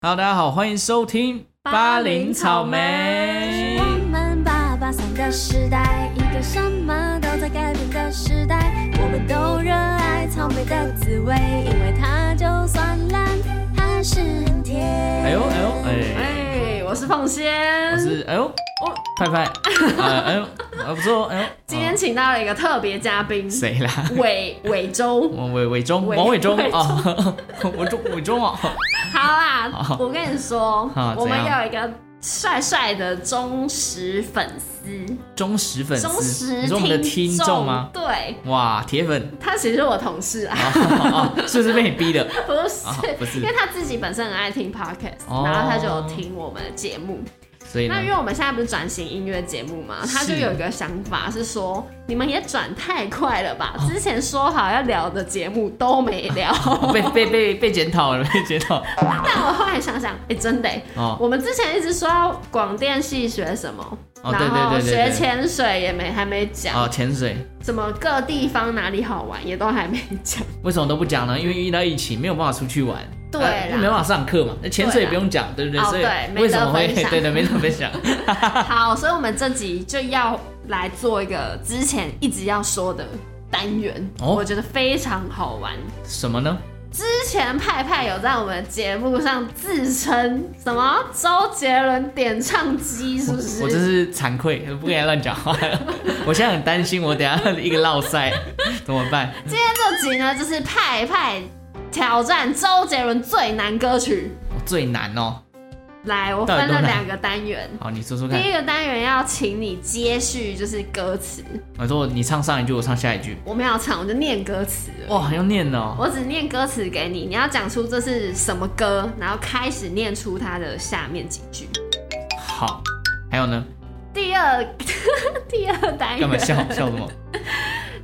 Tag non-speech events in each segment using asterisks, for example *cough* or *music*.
Hello，大家好，欢迎收听巴林草莓我们八八三的时代，一个什么都在改变的时代。我们都热爱草莓的滋味，因为它就算烂，还是很甜。哎呦哎呦哎，哎，我是凤仙，我是哎呦哦，派派，呃哎呦，啊不错哦，哎呦，今天哦请到了一个特别嘉宾，谁啦？伟伟 *laughs* 周。我伟伟忠，伟王伟忠伟忠啊，我忠伟忠啊，好啦好，我跟你说啊，我们怎样有一个帅帅的忠实粉丝，忠实粉忠丝，实你说我们的听听众吗？对，哇，铁粉他其实是我同事啊，啊啊，是不是被你逼的？ *laughs* 不啊是，，不是因为，他自己本身很爱听 podcast，哦然后他就有听我们的节目。所以呢那，因为我们现在不是转型音乐节目嘛，他就是有一个想法是说，你们也转太快了哦吧？之前说好要聊的节目都没 *laughs* 聊，哦被被被被检讨了，被检讨但我后来想想，哎、真的、欸，哦，我们之前一直说要广电系学什么，哦对然后对对对学对潜水也没还没讲，哦，潜水什么各地方哪里好玩也都还没 *laughs* 讲，为什么都不讲呢？因为遇到疫情，没有办法出去玩，对啊因为没啦办法上课嘛。那潜水也不用讲，对不对？哦所以对没为什么会得分 *laughs* 享对对没怎么分 *laughs* 享？好，所以我们这集就要来做一个之前一直要说的单元，哦我觉得非常好玩。什么呢？之前派派有在我们节目上自称什么周杰伦点唱机，是不是？我真是惭愧，不敢乱讲话。 *laughs* 我现在很担心，我等一下一个落塞怎么办？今天这集呢，就是派派挑战周杰伦最难歌曲。我最难哦。来，我分了两个单元。好，你说说看第。一个单元要请你接续，就是歌词。我说你唱上一句，我唱下一句。我没有唱，我就念歌词了。哇，很要念的哦。我只念歌词给你，你要讲出这是什么歌，然后开始念出它的下面几句。好，还有呢？第二， *laughs* 第二单干嘛 *laughs* 元，笑笑什么？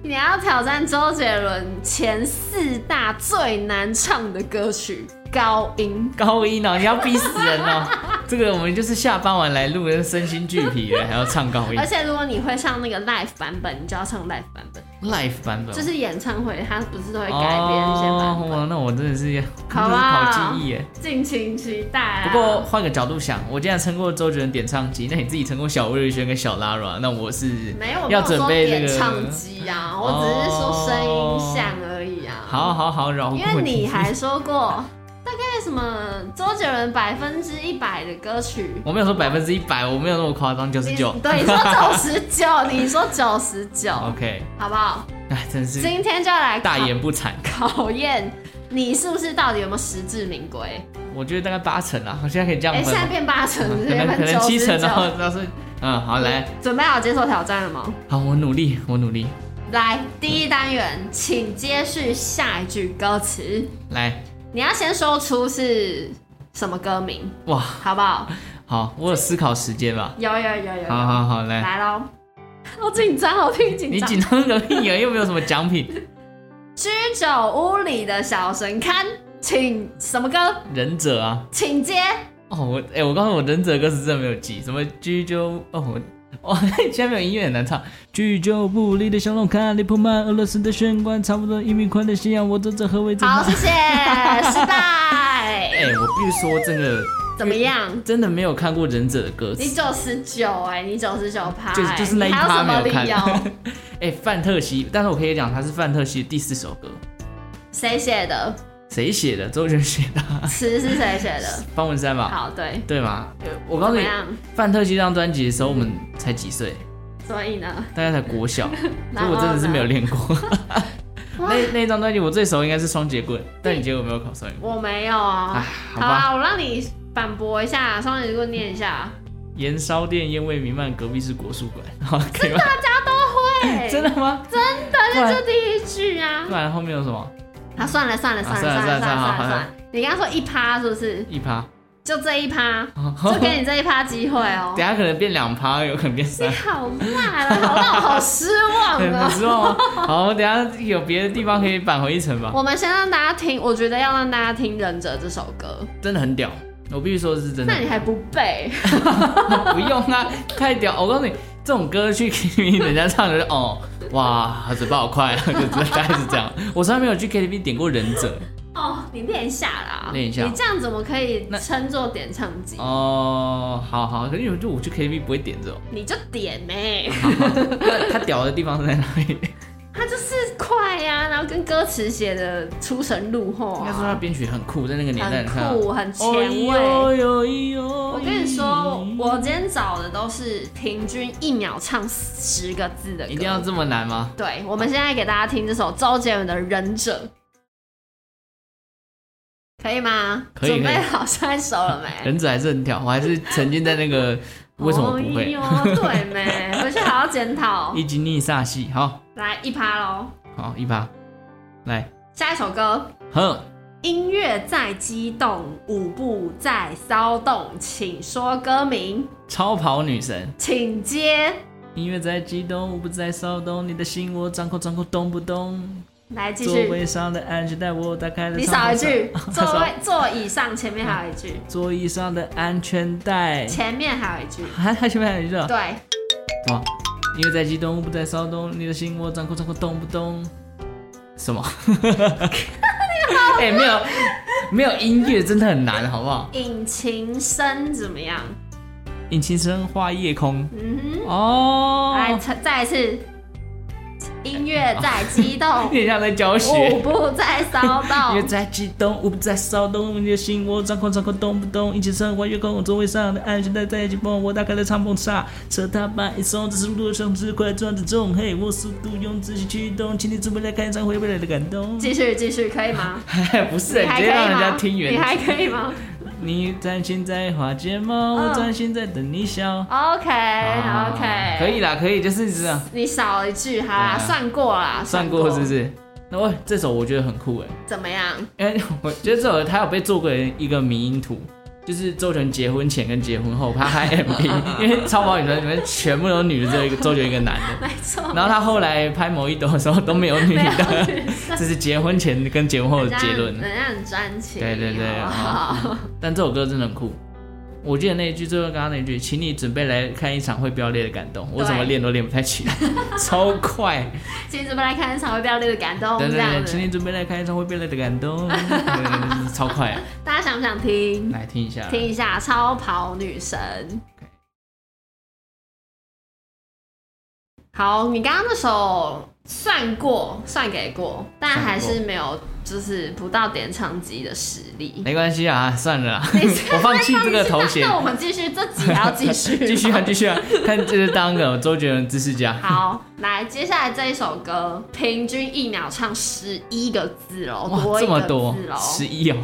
你要挑战周杰伦前四大最难唱的歌曲高音。高音哦，你要逼死人哦！这个我们就是下班完来录，身心俱疲了，还要唱高音 *laughs* 而。且如果你会唱那个 live 版本，你就要唱 live 版本， Live 版本哦就是演唱会它不是都会改编一些版哦哇，本。那我真的是好啊真的吧是考记忆耶。敬请期待啊！不过换个角度想，我既然撑过周杰伦点唱机，那你自己撑过小魏如萱跟小 Lara，那我是没有，我没要有准说备这点唱个。哦机啊，我只是说声音像而已啊。好好好，饶因过为你还说过， *laughs* 大概什么周杰伦百分之一百的歌曲，我没有说百分之一百，我没有那么夸张，九十你 *laughs* 九。对，你说九十九，你说九十 *laughs* 九， OK，好不好？哎，真是今天就要来大考言不惭。考验你是不是到底有没有实至名归？我觉得大概八成啊，我现在可以这样哎，现分在吗，变八 *laughs* 成，可原能本可能七成99然后但是嗯，好来，准备好接受挑战了吗？好，我努力，我努力，来，第一单元，请接续下一句歌词，来，你要先说出是什么歌名，哇，好不 *laughs* 好？好，我有思考时间吧。有有有有有。好好好，来，来喽！好紧张，好听紧你张。紧张个屁啊，又没有什么奖品。居酒屋里的小神龛，请什么歌？忍者啊，请接哦，我哎、我告诉我忍者歌词真的没有记，什么居酒哦我。哇， *laughs* 现在没有音乐很难唱。居酒屋里的小龙坎里铺满俄罗斯的玄关，差不多一米宽的夕阳，我坐着何为好，谢哎、谢，失 *laughs* 败。我必须说，真的怎么样？真的没有看过忍者的歌你词。九十九哎，你九十九趴，就是就是那一你还有趴什没么有看理由？ *laughs* 哎、范特西，但是我可以讲它是范特西的第四首歌，谁写的？谁写的？周杰伦写的啊，词是谁 *laughs* 写的？方文山吧？好，对，对吗？呃啊我告诉怎么你，样？范特西这张专辑的时候，我们才几岁，所以呢？大概才国 *laughs* 小，所然以后我真的是没有呢练过。 *laughs* 那那张专辑我最熟应该是双节棍，但你结果没有考双节棍。我没有哎啊。，好好吧。啊，我让你反驳一下，双节棍念一下。盐烧店烟味弥漫，隔壁是国术馆， *laughs* 好，可以吗？对， *laughs* 真的吗？但不是然这第一句 *laughs* 啊不。然后面有什么？啊，算了算了算了算了算了算了算了好算好了，你刚刚说一趴是不是？一 *laughs* 趴，就这一趴， *laughs* 就等给你这一趴机会 *laughs* 哦、下可能变两趴，有可能变你三。好烂啊，好让我好失 *laughs* 望对啊你！知道吗？哦好，等下有别的地方可以扳回一城吧。我们先让大家听，我觉得要让大家听《忍者》这首歌，真的很屌，我必须说是真的那。你还不背？不用啊，太屌！我告诉你，这种歌去 KTV 人家唱的是哦，哇，他嘴巴好快，啊，就大概是这样。我从来没有去 KTV 点过忍者，哦，你练一下啦，练一下你这样怎么可以那称作点唱机？哦，好好，可是有就我去 KTV 不会点这种。 *laughs* 你就点呗、那他屌的地方是在哪里？应它就是快呀、然后跟歌词写的出神入化、该说他编曲很酷，在那个年代很你看，酷，很前哦卫。哟哟哟我我跟你说，我今天找的都是平均一秒唱十个字的歌。一定要这么难吗？对，我们现在给大家听这首周杰伦的《忍者》，可以吗？可以准备可以好下一首了没？人子还是很屌，我还是沉浸在那个为什么不会哦哟，对没？ *laughs* 回去好好检讨。一击逆煞系，好来一趴喽，好一趴，来，下一首歌。哼，音乐在激动，舞步在骚动，请说歌名，超跑女神。请接。音乐在激动，我不再骚动，你的心我掌控，掌控动不动。来继座续，位上的安全带我打开了。你少 *laughs* 一句，上座位座椅上前面还有一句，座椅上的安全带。前面还有一句，还还前面还有一句啊？对，什么？音乐在激动，我不再骚动，你的心我掌控，掌控动不动。什 *laughs* 么？哎、没有没有音乐真的很难，好不好？引擎声怎么样？引擎声化夜空。嗯哦哼，，来再再一次，音 *laughs* 乐在激动，你像在教舞学。步在骚 *laughs* 音乐动，在激动，我不再骚动，你的心我掌控，掌控动不动。引擎声化夜空，我座位上的安全带在紧绷，我打开了敞篷刹，车踏板一松，这速度像只快转之重，嘿，我速度用自己驱动，请你准备来看演唱会未来的感动。继续继续，可以吗？不是，你你直还接可让以人家吗？听原你还可以吗你专心在画睫毛，嗯我专心在等你笑。 ？OK 啊 OK，可以啦，可以，就是这样，你少一句，好啦，对啊算过啦，算过是不？是？那我这首我觉得很酷哎，怎么样？因为哎 *laughs* 我觉得这首它有被做过一个迷因图，就是周杰伦结婚前跟结婚后他拍 *laughs* MV，因为超跑女团里面全部都是女的，只有一个周杰伦一个男的。没错，然后他后来拍某一朵的时候都没有女没有的，女生这是结婚前跟结婚后的结论。人家很专情，对对对啊好不好 *laughs* 但这首歌真的很酷。我记得那一句，最后刚刚那一句，请你准备来看一场会飙裂的感动，我怎么练都练不太起来，超快。请准备来看一场会飙泪的感动，对这对样对，请子，你准备来看一场会飙裂的感动，对超快。啊大家想不想听？来听一下，听一下《超跑女神》。好，你刚刚那首算过，算给过，但算过还是没有，就是不到点唱机的实力。没关系啊，算了啦，我放弃这个头衔那。我们继续，这集还要继续，继续啊，继续啊，看这是当个周杰伦知识家。好，来，接下来这一首歌，平均一秒唱十一个字喽，哇，多一这么个多字，喽。十一哦，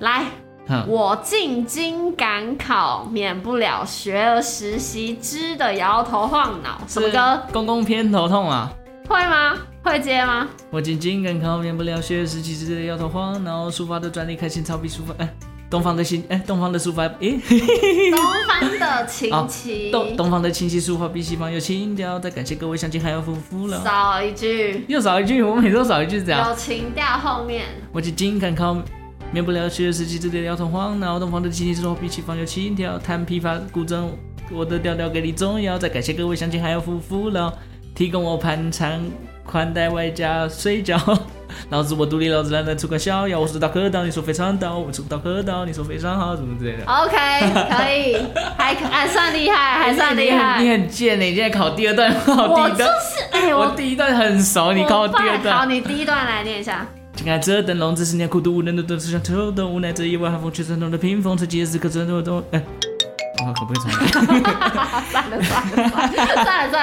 来，哼，我进京赶考，免不了学而时习之的摇头晃脑。什么歌？？公公偏头痛啊。会吗？会 *laughs* 接吗？我紧紧赶考，免不了学十七只的摇头晃脑，抒发的专利开心，超比抒发，哎、东方的心，哎、东方的抒发，哎、东方的好琴棋，东东方的清晰抒发比西方有情调，再感谢各位乡亲还有夫妇了。啊少一句，又少一句，我每次都少一句，这样。有情调后面。我紧紧赶考，免不了学十七只的摇头晃脑，东方的清晰抒发比西方有情调，弹琵琶古筝，我的调调给你重要，再感谢各位乡亲还有夫妇了，提供我盘缠宽带外加睡觉。老子我独立，老子懒得出个逍遥。我是大客刀，你说非常刀，我出不到客刀，你说非常好，怎么之类的。 OK，可以，还可还算厉害，啊还算 *laughs* 厉你害。很你很贱呢，你现在考第二段，我考我第一就段，是，哎，我 *laughs* 我第一段很熟，你考我我第二爸好，段。你第一段来念一下。 *laughs* 请看这灯笼，这是年孤独无人的都是像秋冬，无奈这夜晚寒风吹山洞的屏风，这几时刻真的都哎，我可不会唱。算了算了算了算了算了算了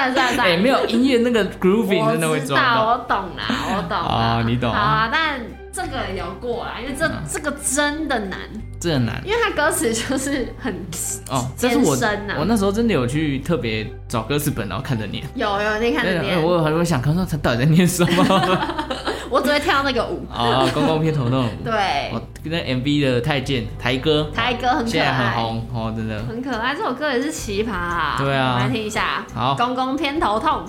*laughs* 哎，算了，没有音乐那个 grooving 我真的会知抓不道，到。我懂啦，我懂啦啊，你懂啊嗯好啊，但这个有过啦，因为这这个真的难，这很难因为它歌词就是很哦，但是我艰深啊我那时候真的有去特别找歌词本，然后看着念。有有你看对得哎念，我我想看说他到底在念什么 *laughs* 我只会跳那个舞，啊？公公偏头痛。对，哦，那 MV 的太监台哥，台歌很可现在很爱。红哦，真的。很可爱，这首歌也是奇葩、啊。对啊我们来听一下。好公公偏头痛。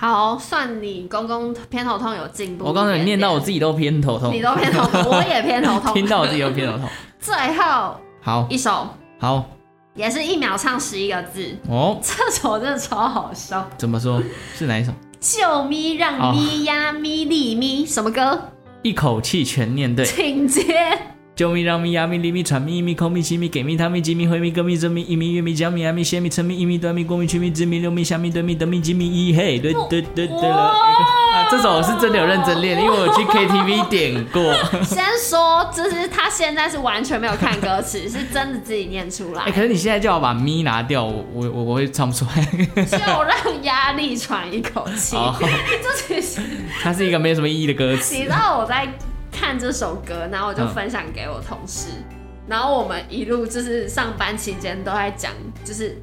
好，算你公公偏头痛有进步一我点点。刚才有念到我自己都偏头痛你，都偏 *laughs* 头痛，我也偏头痛。听到我自己都偏头痛。最后好，一首好也是一秒唱十一个字，哦，这首真的超好笑。怎么说？是哪一首？救咪让咪呀咪利咪，什么歌？一口气全念对。请接啾咪让咪呀咪哩咪喘咪一咪空咪七咪给咪他咪吉咪回咪歌咪真咪一咪月咪江咪呀咪鲜咪橙咪一咪端咪过咪去咪知咪六咪虾咪对咪得咪吉咪一嘿对对对对了。啊，这首我是真的有认真练，因为我去 KTV 点过。先说，就是他现在是完全没有看歌词，是真的自己念出来哎、，可是你现在叫我把咪拿掉，我我我我会唱不出来。就让压力喘一口气好。 *laughs* 就其实它是一个没有什么意义的歌词。你知道我在看这首歌，然后我就分享给我同事，然后我们一路就是上班期间都在讲，就是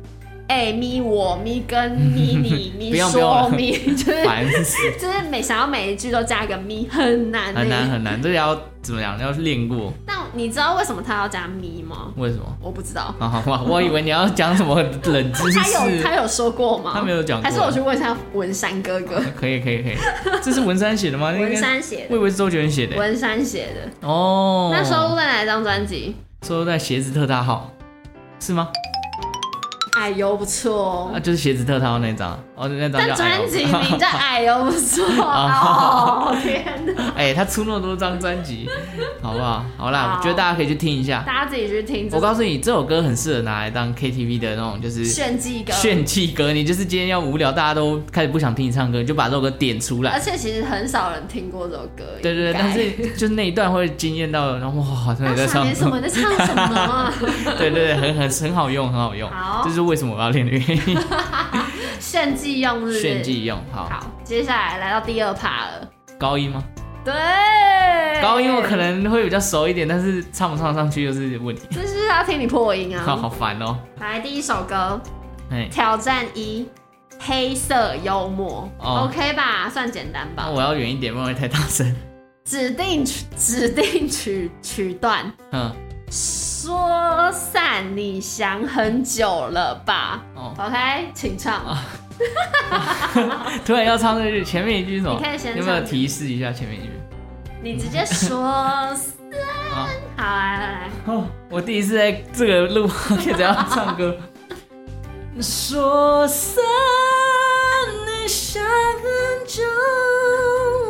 哎、咪我咪跟咪 *laughs* 你不咪用不用了说咪， *laughs* 就是烦死，就是每想要每一句都加一个咪，很难、欸、很难很难，这要怎么讲？要练过，但你知道为什么他要加咪吗？为什么？我不知道。啊，我我以为你要讲什么冷知识，他有他有说过吗？他没有讲过还是我去问一下文山哥 *laughs* 哥，可以可以可以，这是文山写的吗？文应该，山写我以的，为是周杰伦写的。文山写的。哦，那收录在哪一张专辑？收在鞋子特大号，是吗？哎呦不错哦啊，，就是鞋子特大号那张，哦，那张叫但哎专呦辑 *laughs* 名叫《哎呦不错》哦，天哪！哎，他出那么多张专 *laughs* 辑，好不好？好啦，好我觉得大家可以去听一下。大家自己去听这我告诉你，这首歌很适合拿来当 KTV 的那种，就是炫技歌，炫技歌。你就是今天要无聊，大家都开始不想听你唱歌，你就把这首歌点出来而。且其实很少人听过这首歌。对对对，应该但是就是那一段会惊艳到，然后 *laughs* 哇，真的在那唱想，你什么？你在唱什么啊？ *laughs* 对对对，很很很好用，很好用，好这是为什么我要练的原因， *laughs* 炫技用是不是炫。技用。好，好，接下来来到第二趴了。高音吗？对，高音我可能会比较熟一点，但是唱不唱上去又是问题，这就是要听你破音啊。好好烦哦。来第一首歌哎，《挑战一》，黑色幽默、哦 o k 吧，算简单吧。啊那我要远一点，不然会太大声。指定曲指定曲曲段，嗯，说散你想很久了吧、哦 o k 请唱。啊突然要唱这句，前面一句是什么？你可以先有没有唱提示一下前面一句？你直接说散。啊好，来来来，哦，我第一次在这个 *laughs* 录现在要唱歌。说散啊 *laughs* 你想很久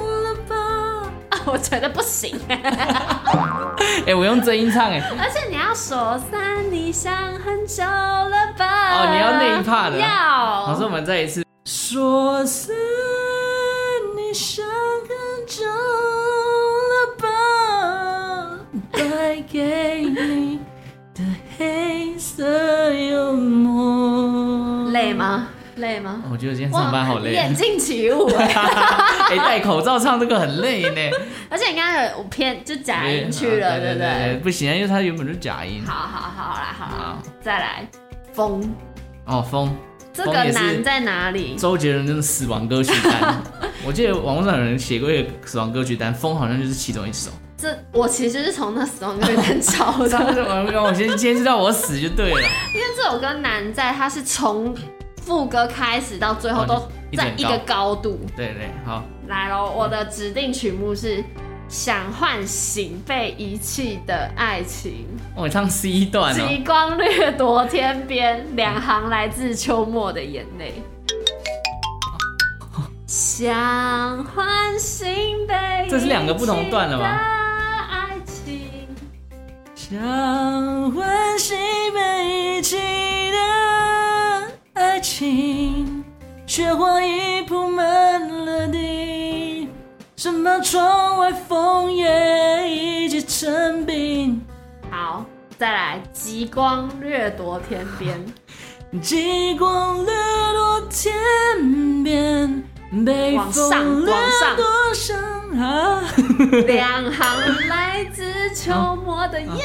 了吧？啊我觉得不行， *laughs* 哎、我用真音唱哎、而且你要说散你想很久了吧？哦你要那一 part 的要。老师，我们再一次。说散你想很久了吧？带给你的黑色幽默。累？吗？累吗？我觉得今天上班好累。啊哇眼镜起舞哎、 *laughs* 哎、戴口罩唱这个很累 *laughs* 呢。哎啊而且你刚刚有我偏就假音去了，对对不对对？不行，因为它原本就是假音。好好好，好啦好啦好，再来风，哦，风，这风个也是难在哪里？周杰伦真的死亡歌曲 *laughs* 单。我记得网络上有人写过一个死亡歌曲单，风好像就是其中一首。这我其实是从那死亡乐 *laughs* *laughs* 单找我的，让我先先知道我死就对了。因为这首歌难在它是从副歌开始到最后都哦一直在很一个高度。对对，好，来喽，我的指定曲目是《想唤醒被遗弃的爱情我唱 C 段》，哦。极光掠夺天边，两行来自秋末的眼泪。想唤醒被这是两个不同段了吗遗弃的爱情。想唤醒被遗弃的爱情，雪花已铺满了地，什么窗外风也已经成冰。好，再来，极光掠夺天 *laughs* 边，极光掠落天边，被往上风掠往上夺伤啊！两行来自秋末的眼泪，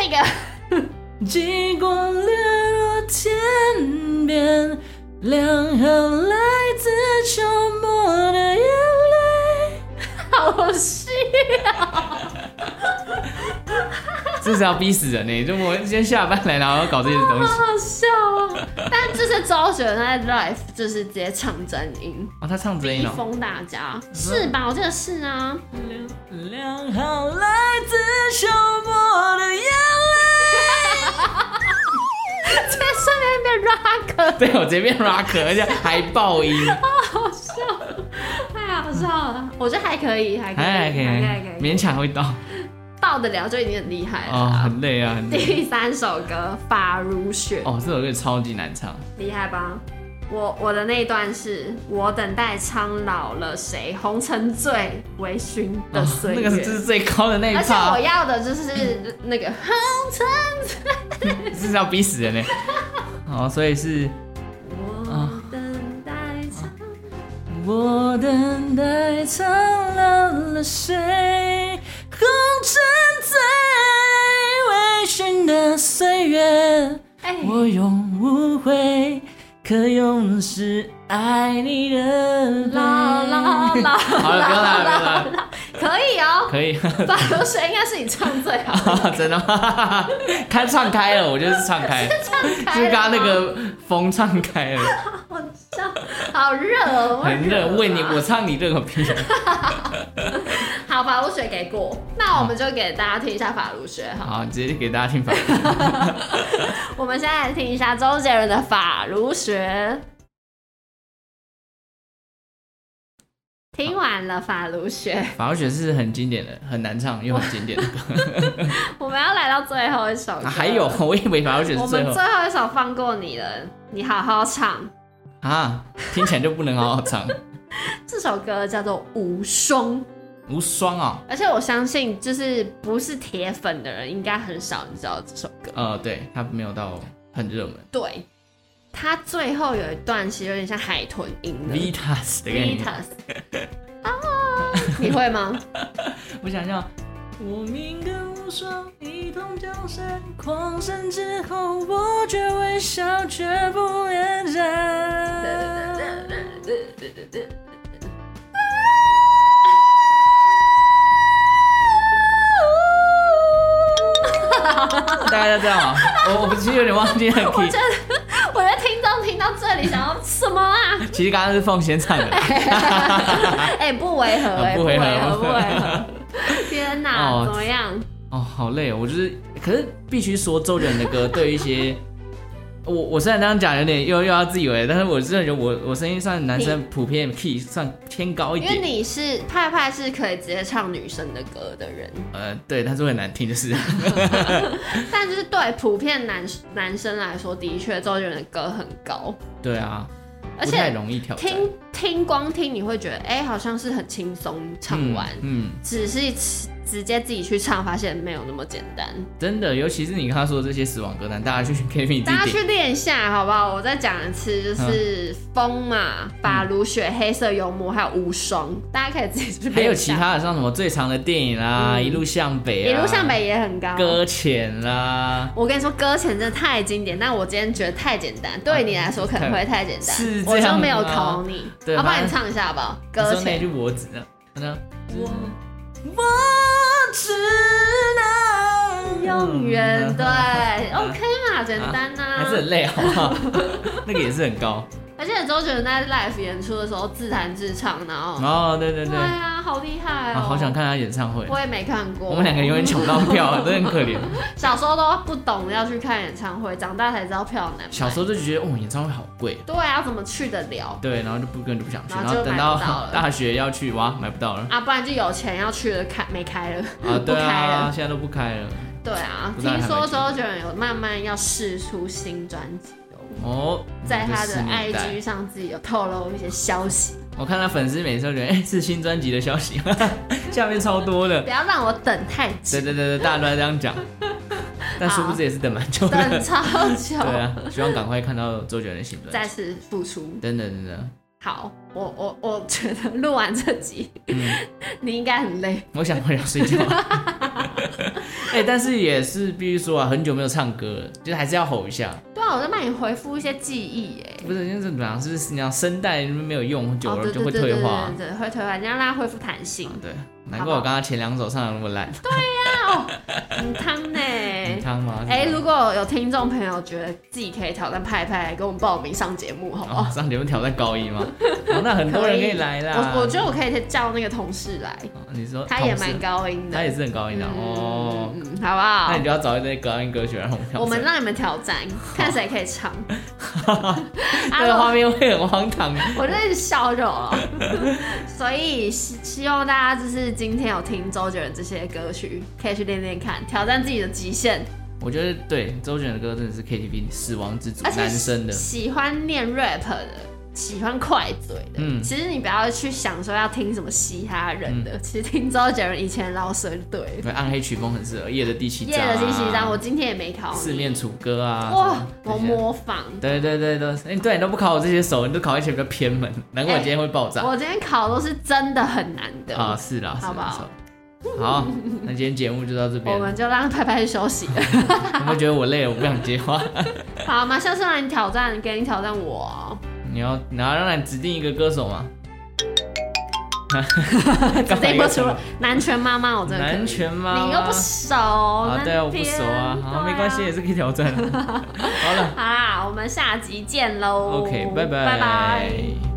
那个极光掠落天边，两行来自秋末的眼泪。好戏，这是要逼死人呢、欸就我今天下班来，然后搞这些 *laughs* 东西啊好。好笑哦。但这是周杰伦在 live 就是直接唱真音，哦，他唱真逼音哦。嗯疯大家，是吧？我记得是啊。两行来自秋末的眼泪。这上面变 rock，对我这边 rock，而且还爆音。太好笑了。我觉得还可以，还可以，还还可以，还可以，还可以哎勉强会到。到得了就已经很厉害了哦，啊。很累啊，很累。第三首歌《发如雪》，哦，这首歌超级难 *laughs* 唱。厉害吧？我我的那一段是我等待苍老了谁，红尘醉微醺的哦岁那月。个是这是最高的那一而且我趴，要的就是那个红尘，是要逼死人呢。 *laughs* 哦，所以是我等待苍我等待苍老了谁，红尘在微醺的岁月，哎，我永无悔，可永是爱你的啦啦啦啦好了，不用啦了，不啦用了，啦，可以哦。可以。 *laughs* 发如雪应该是你唱最好的，真的吗？ *laughs* 他唱开了，我就是唱开了，唱开就是了刚刚那吗，个风唱开了，我笑，好热哦， *laughs* 我很热。啊为你，我唱你热个屁！好，法如雪给过，那我们就给大家听一下法如雪好。 *laughs* 好，直接给大家听吧。我们现在来听一下周杰伦的《法如雪》。听完了《法如雪》，法国雪是很经典的，很难唱又很经典的 *laughs* 歌。我们要来到最后一首歌、啊还有， *laughs* 我以为法国雪我是最们后最后一首放过你了，你好好唱。啊，听起来就不能好好唱。这首歌叫做《无双》，无双哦，而且我相信，就是不是铁粉的人应该很少你知道这首歌。呃，对，它没有到很热门对，它最后有一段其实有点像海豚音的，Vitas 的概 v i t 念。 a s 啊，你会吗？我想要，我命跟无双一同江山，狂山之后，我却微笑，绝不恋战。 *laughs* 大概就这样吧，我我其实有点忘记了 key， *laughs* 我觉得听众听到这里想要什 *laughs* 么啊？其实刚刚是凤仙唱的， *laughs* 哎、不违和、哎，啊不违和不违和。 *laughs* 天哪，哦怎么样？哦，好累哦，我就是，可是必须说周杰伦的歌 *laughs* 对于一些，我我虽然这样讲有点又又要自以为，但是我真的觉得我我声音算男生普遍 key 算偏高一因为点，你是派派是可以直接唱女生的歌的人，呃，对，但是会很难听，就是， *laughs* 但就是对普遍男男生来说，的确周杰伦的歌很高，对啊，而不太且容易挑战。听听光听你会觉得，哎、好像是很轻松唱完，嗯，嗯，只是直直接自己去唱，发现没有那么简单。真的，尤其是你刚刚说的这些死亡歌单，大家去 KTV 大自家己点，嗯去练一下好不好？我再讲一次，就是风嘛，法如雪、黑色幽默，还有无双，大家可以自己去还练有一其下。他的像什么最长的电影啦，嗯一路向北、啊，一路向，北也很高。搁浅啦，我跟你说，搁浅真的太经典，但我今天觉得太简单，对你来说可能会太简单，是这我样就没有吗考你。对要不然反正你唱一下好不好？你搁说那浅句我只能，呢，我我只能永远对，OK 嘛，简单呐、嗯 *laughs* 还是很累好不好？ *laughs* 那个也是很高。而且周杰伦在 live 演出的时候自弹自唱，然后哦，对对对对，啊，好厉害啊，哦！好想看他演唱会。我也没看过。我们两个永远抢不到票啊， *laughs* 真的很可怜。小时候都不懂要去看演唱会，长大才知道票难买。小时候就觉得，哦，演唱会好贵。对啊，要怎么去得了对，然后就不根本就不想去，然然后就后等买不到了大学要去，哇，买不到了 *laughs* 啊？不然就有钱要去的开没开了，啊！不对开啊，了。现在都不开了。对啊，不知道听还说没周杰伦有慢慢要试出新专辑哦，哦，在他这的是年代 IG 上自己有透露一些消息， *laughs* 我看他粉丝每次都觉得，哎，是新专辑的消息， *laughs* 下面超多的。不要让我等太久对，对对对，大家都在这样讲，但殊不知也是等蛮久的。等超久， *laughs* 对啊， *laughs* 希望赶快看到周杰伦的新专再辑。次付出。等等等等，好，我我我觉得录完这集，嗯 *laughs* 你应该很累，我想回家睡觉。 *laughs* 哎、但是也是必须说啊，很久没有唱歌了，就是还是要吼一下。对啊，我在帮你回复一些记忆耶。不是，因为怎么样，是不是你要声带没有用，久哦，了对就对会对退对化。对对对，会退化，你要让它恢复弹 *laughs* 性啊。对，难怪我刚刚前两首唱的那么烂。很烫呢，你看康吗？哎、如果有听众朋友觉得自己可以挑战派派，来跟我们报名上节目，好不哦好？，上节目挑战高 *laughs* 一吗？哦，那很多人可以来啦。我我觉得我可以叫那个同事来，哦你说他也啊同事蛮，高音的，他也是很高音的哦。嗯，嗯好不好？那你就要找一堆高音歌曲，然后我们挑战我们让你们 *laughs* 挑战，看谁可以唱。那个啊画面会很荒唐。我我真的是笑肉了。 *laughs* 所以希希望大家就是今天有听周杰伦这些歌曲，可以去练练看，挑战自己的极限。我觉得对周杰伦的歌真的是 KTV 死亡之组，而且男生的喜欢念 rap 的，喜欢快嘴的，嗯其实你不要去想说要听什么嘻哈人的，其实听周杰伦以前的老舍就对了。对暗黑曲风很适合。夜的第七章夜啊，的第七章，我今天也没考四你。面楚歌啊，哇，什么我这些。模仿。对对对对，哎、对你都不考我这些熟，你都考一些比较偏门，难怪我今天会爆炸、哎我今天考都是真的很难的啊！是啦，是好不啦，好是啦好，那今天节目就到这边我。们就让拍拍休息。 *laughs* 有没有觉得我累了？我不想接话。 *laughs* 好嘛，下次让你挑战，给你挑战我。你要，你要让你指定一个歌手 *laughs* 吗？指指定不出来，南拳妈妈，我真的可以南拳妈妈你又不熟啊啊，对啊，我不熟啊，好，没关系，也是可以挑战。好了啊啊好啦，我们下集见喽。 ，OK，拜拜拜。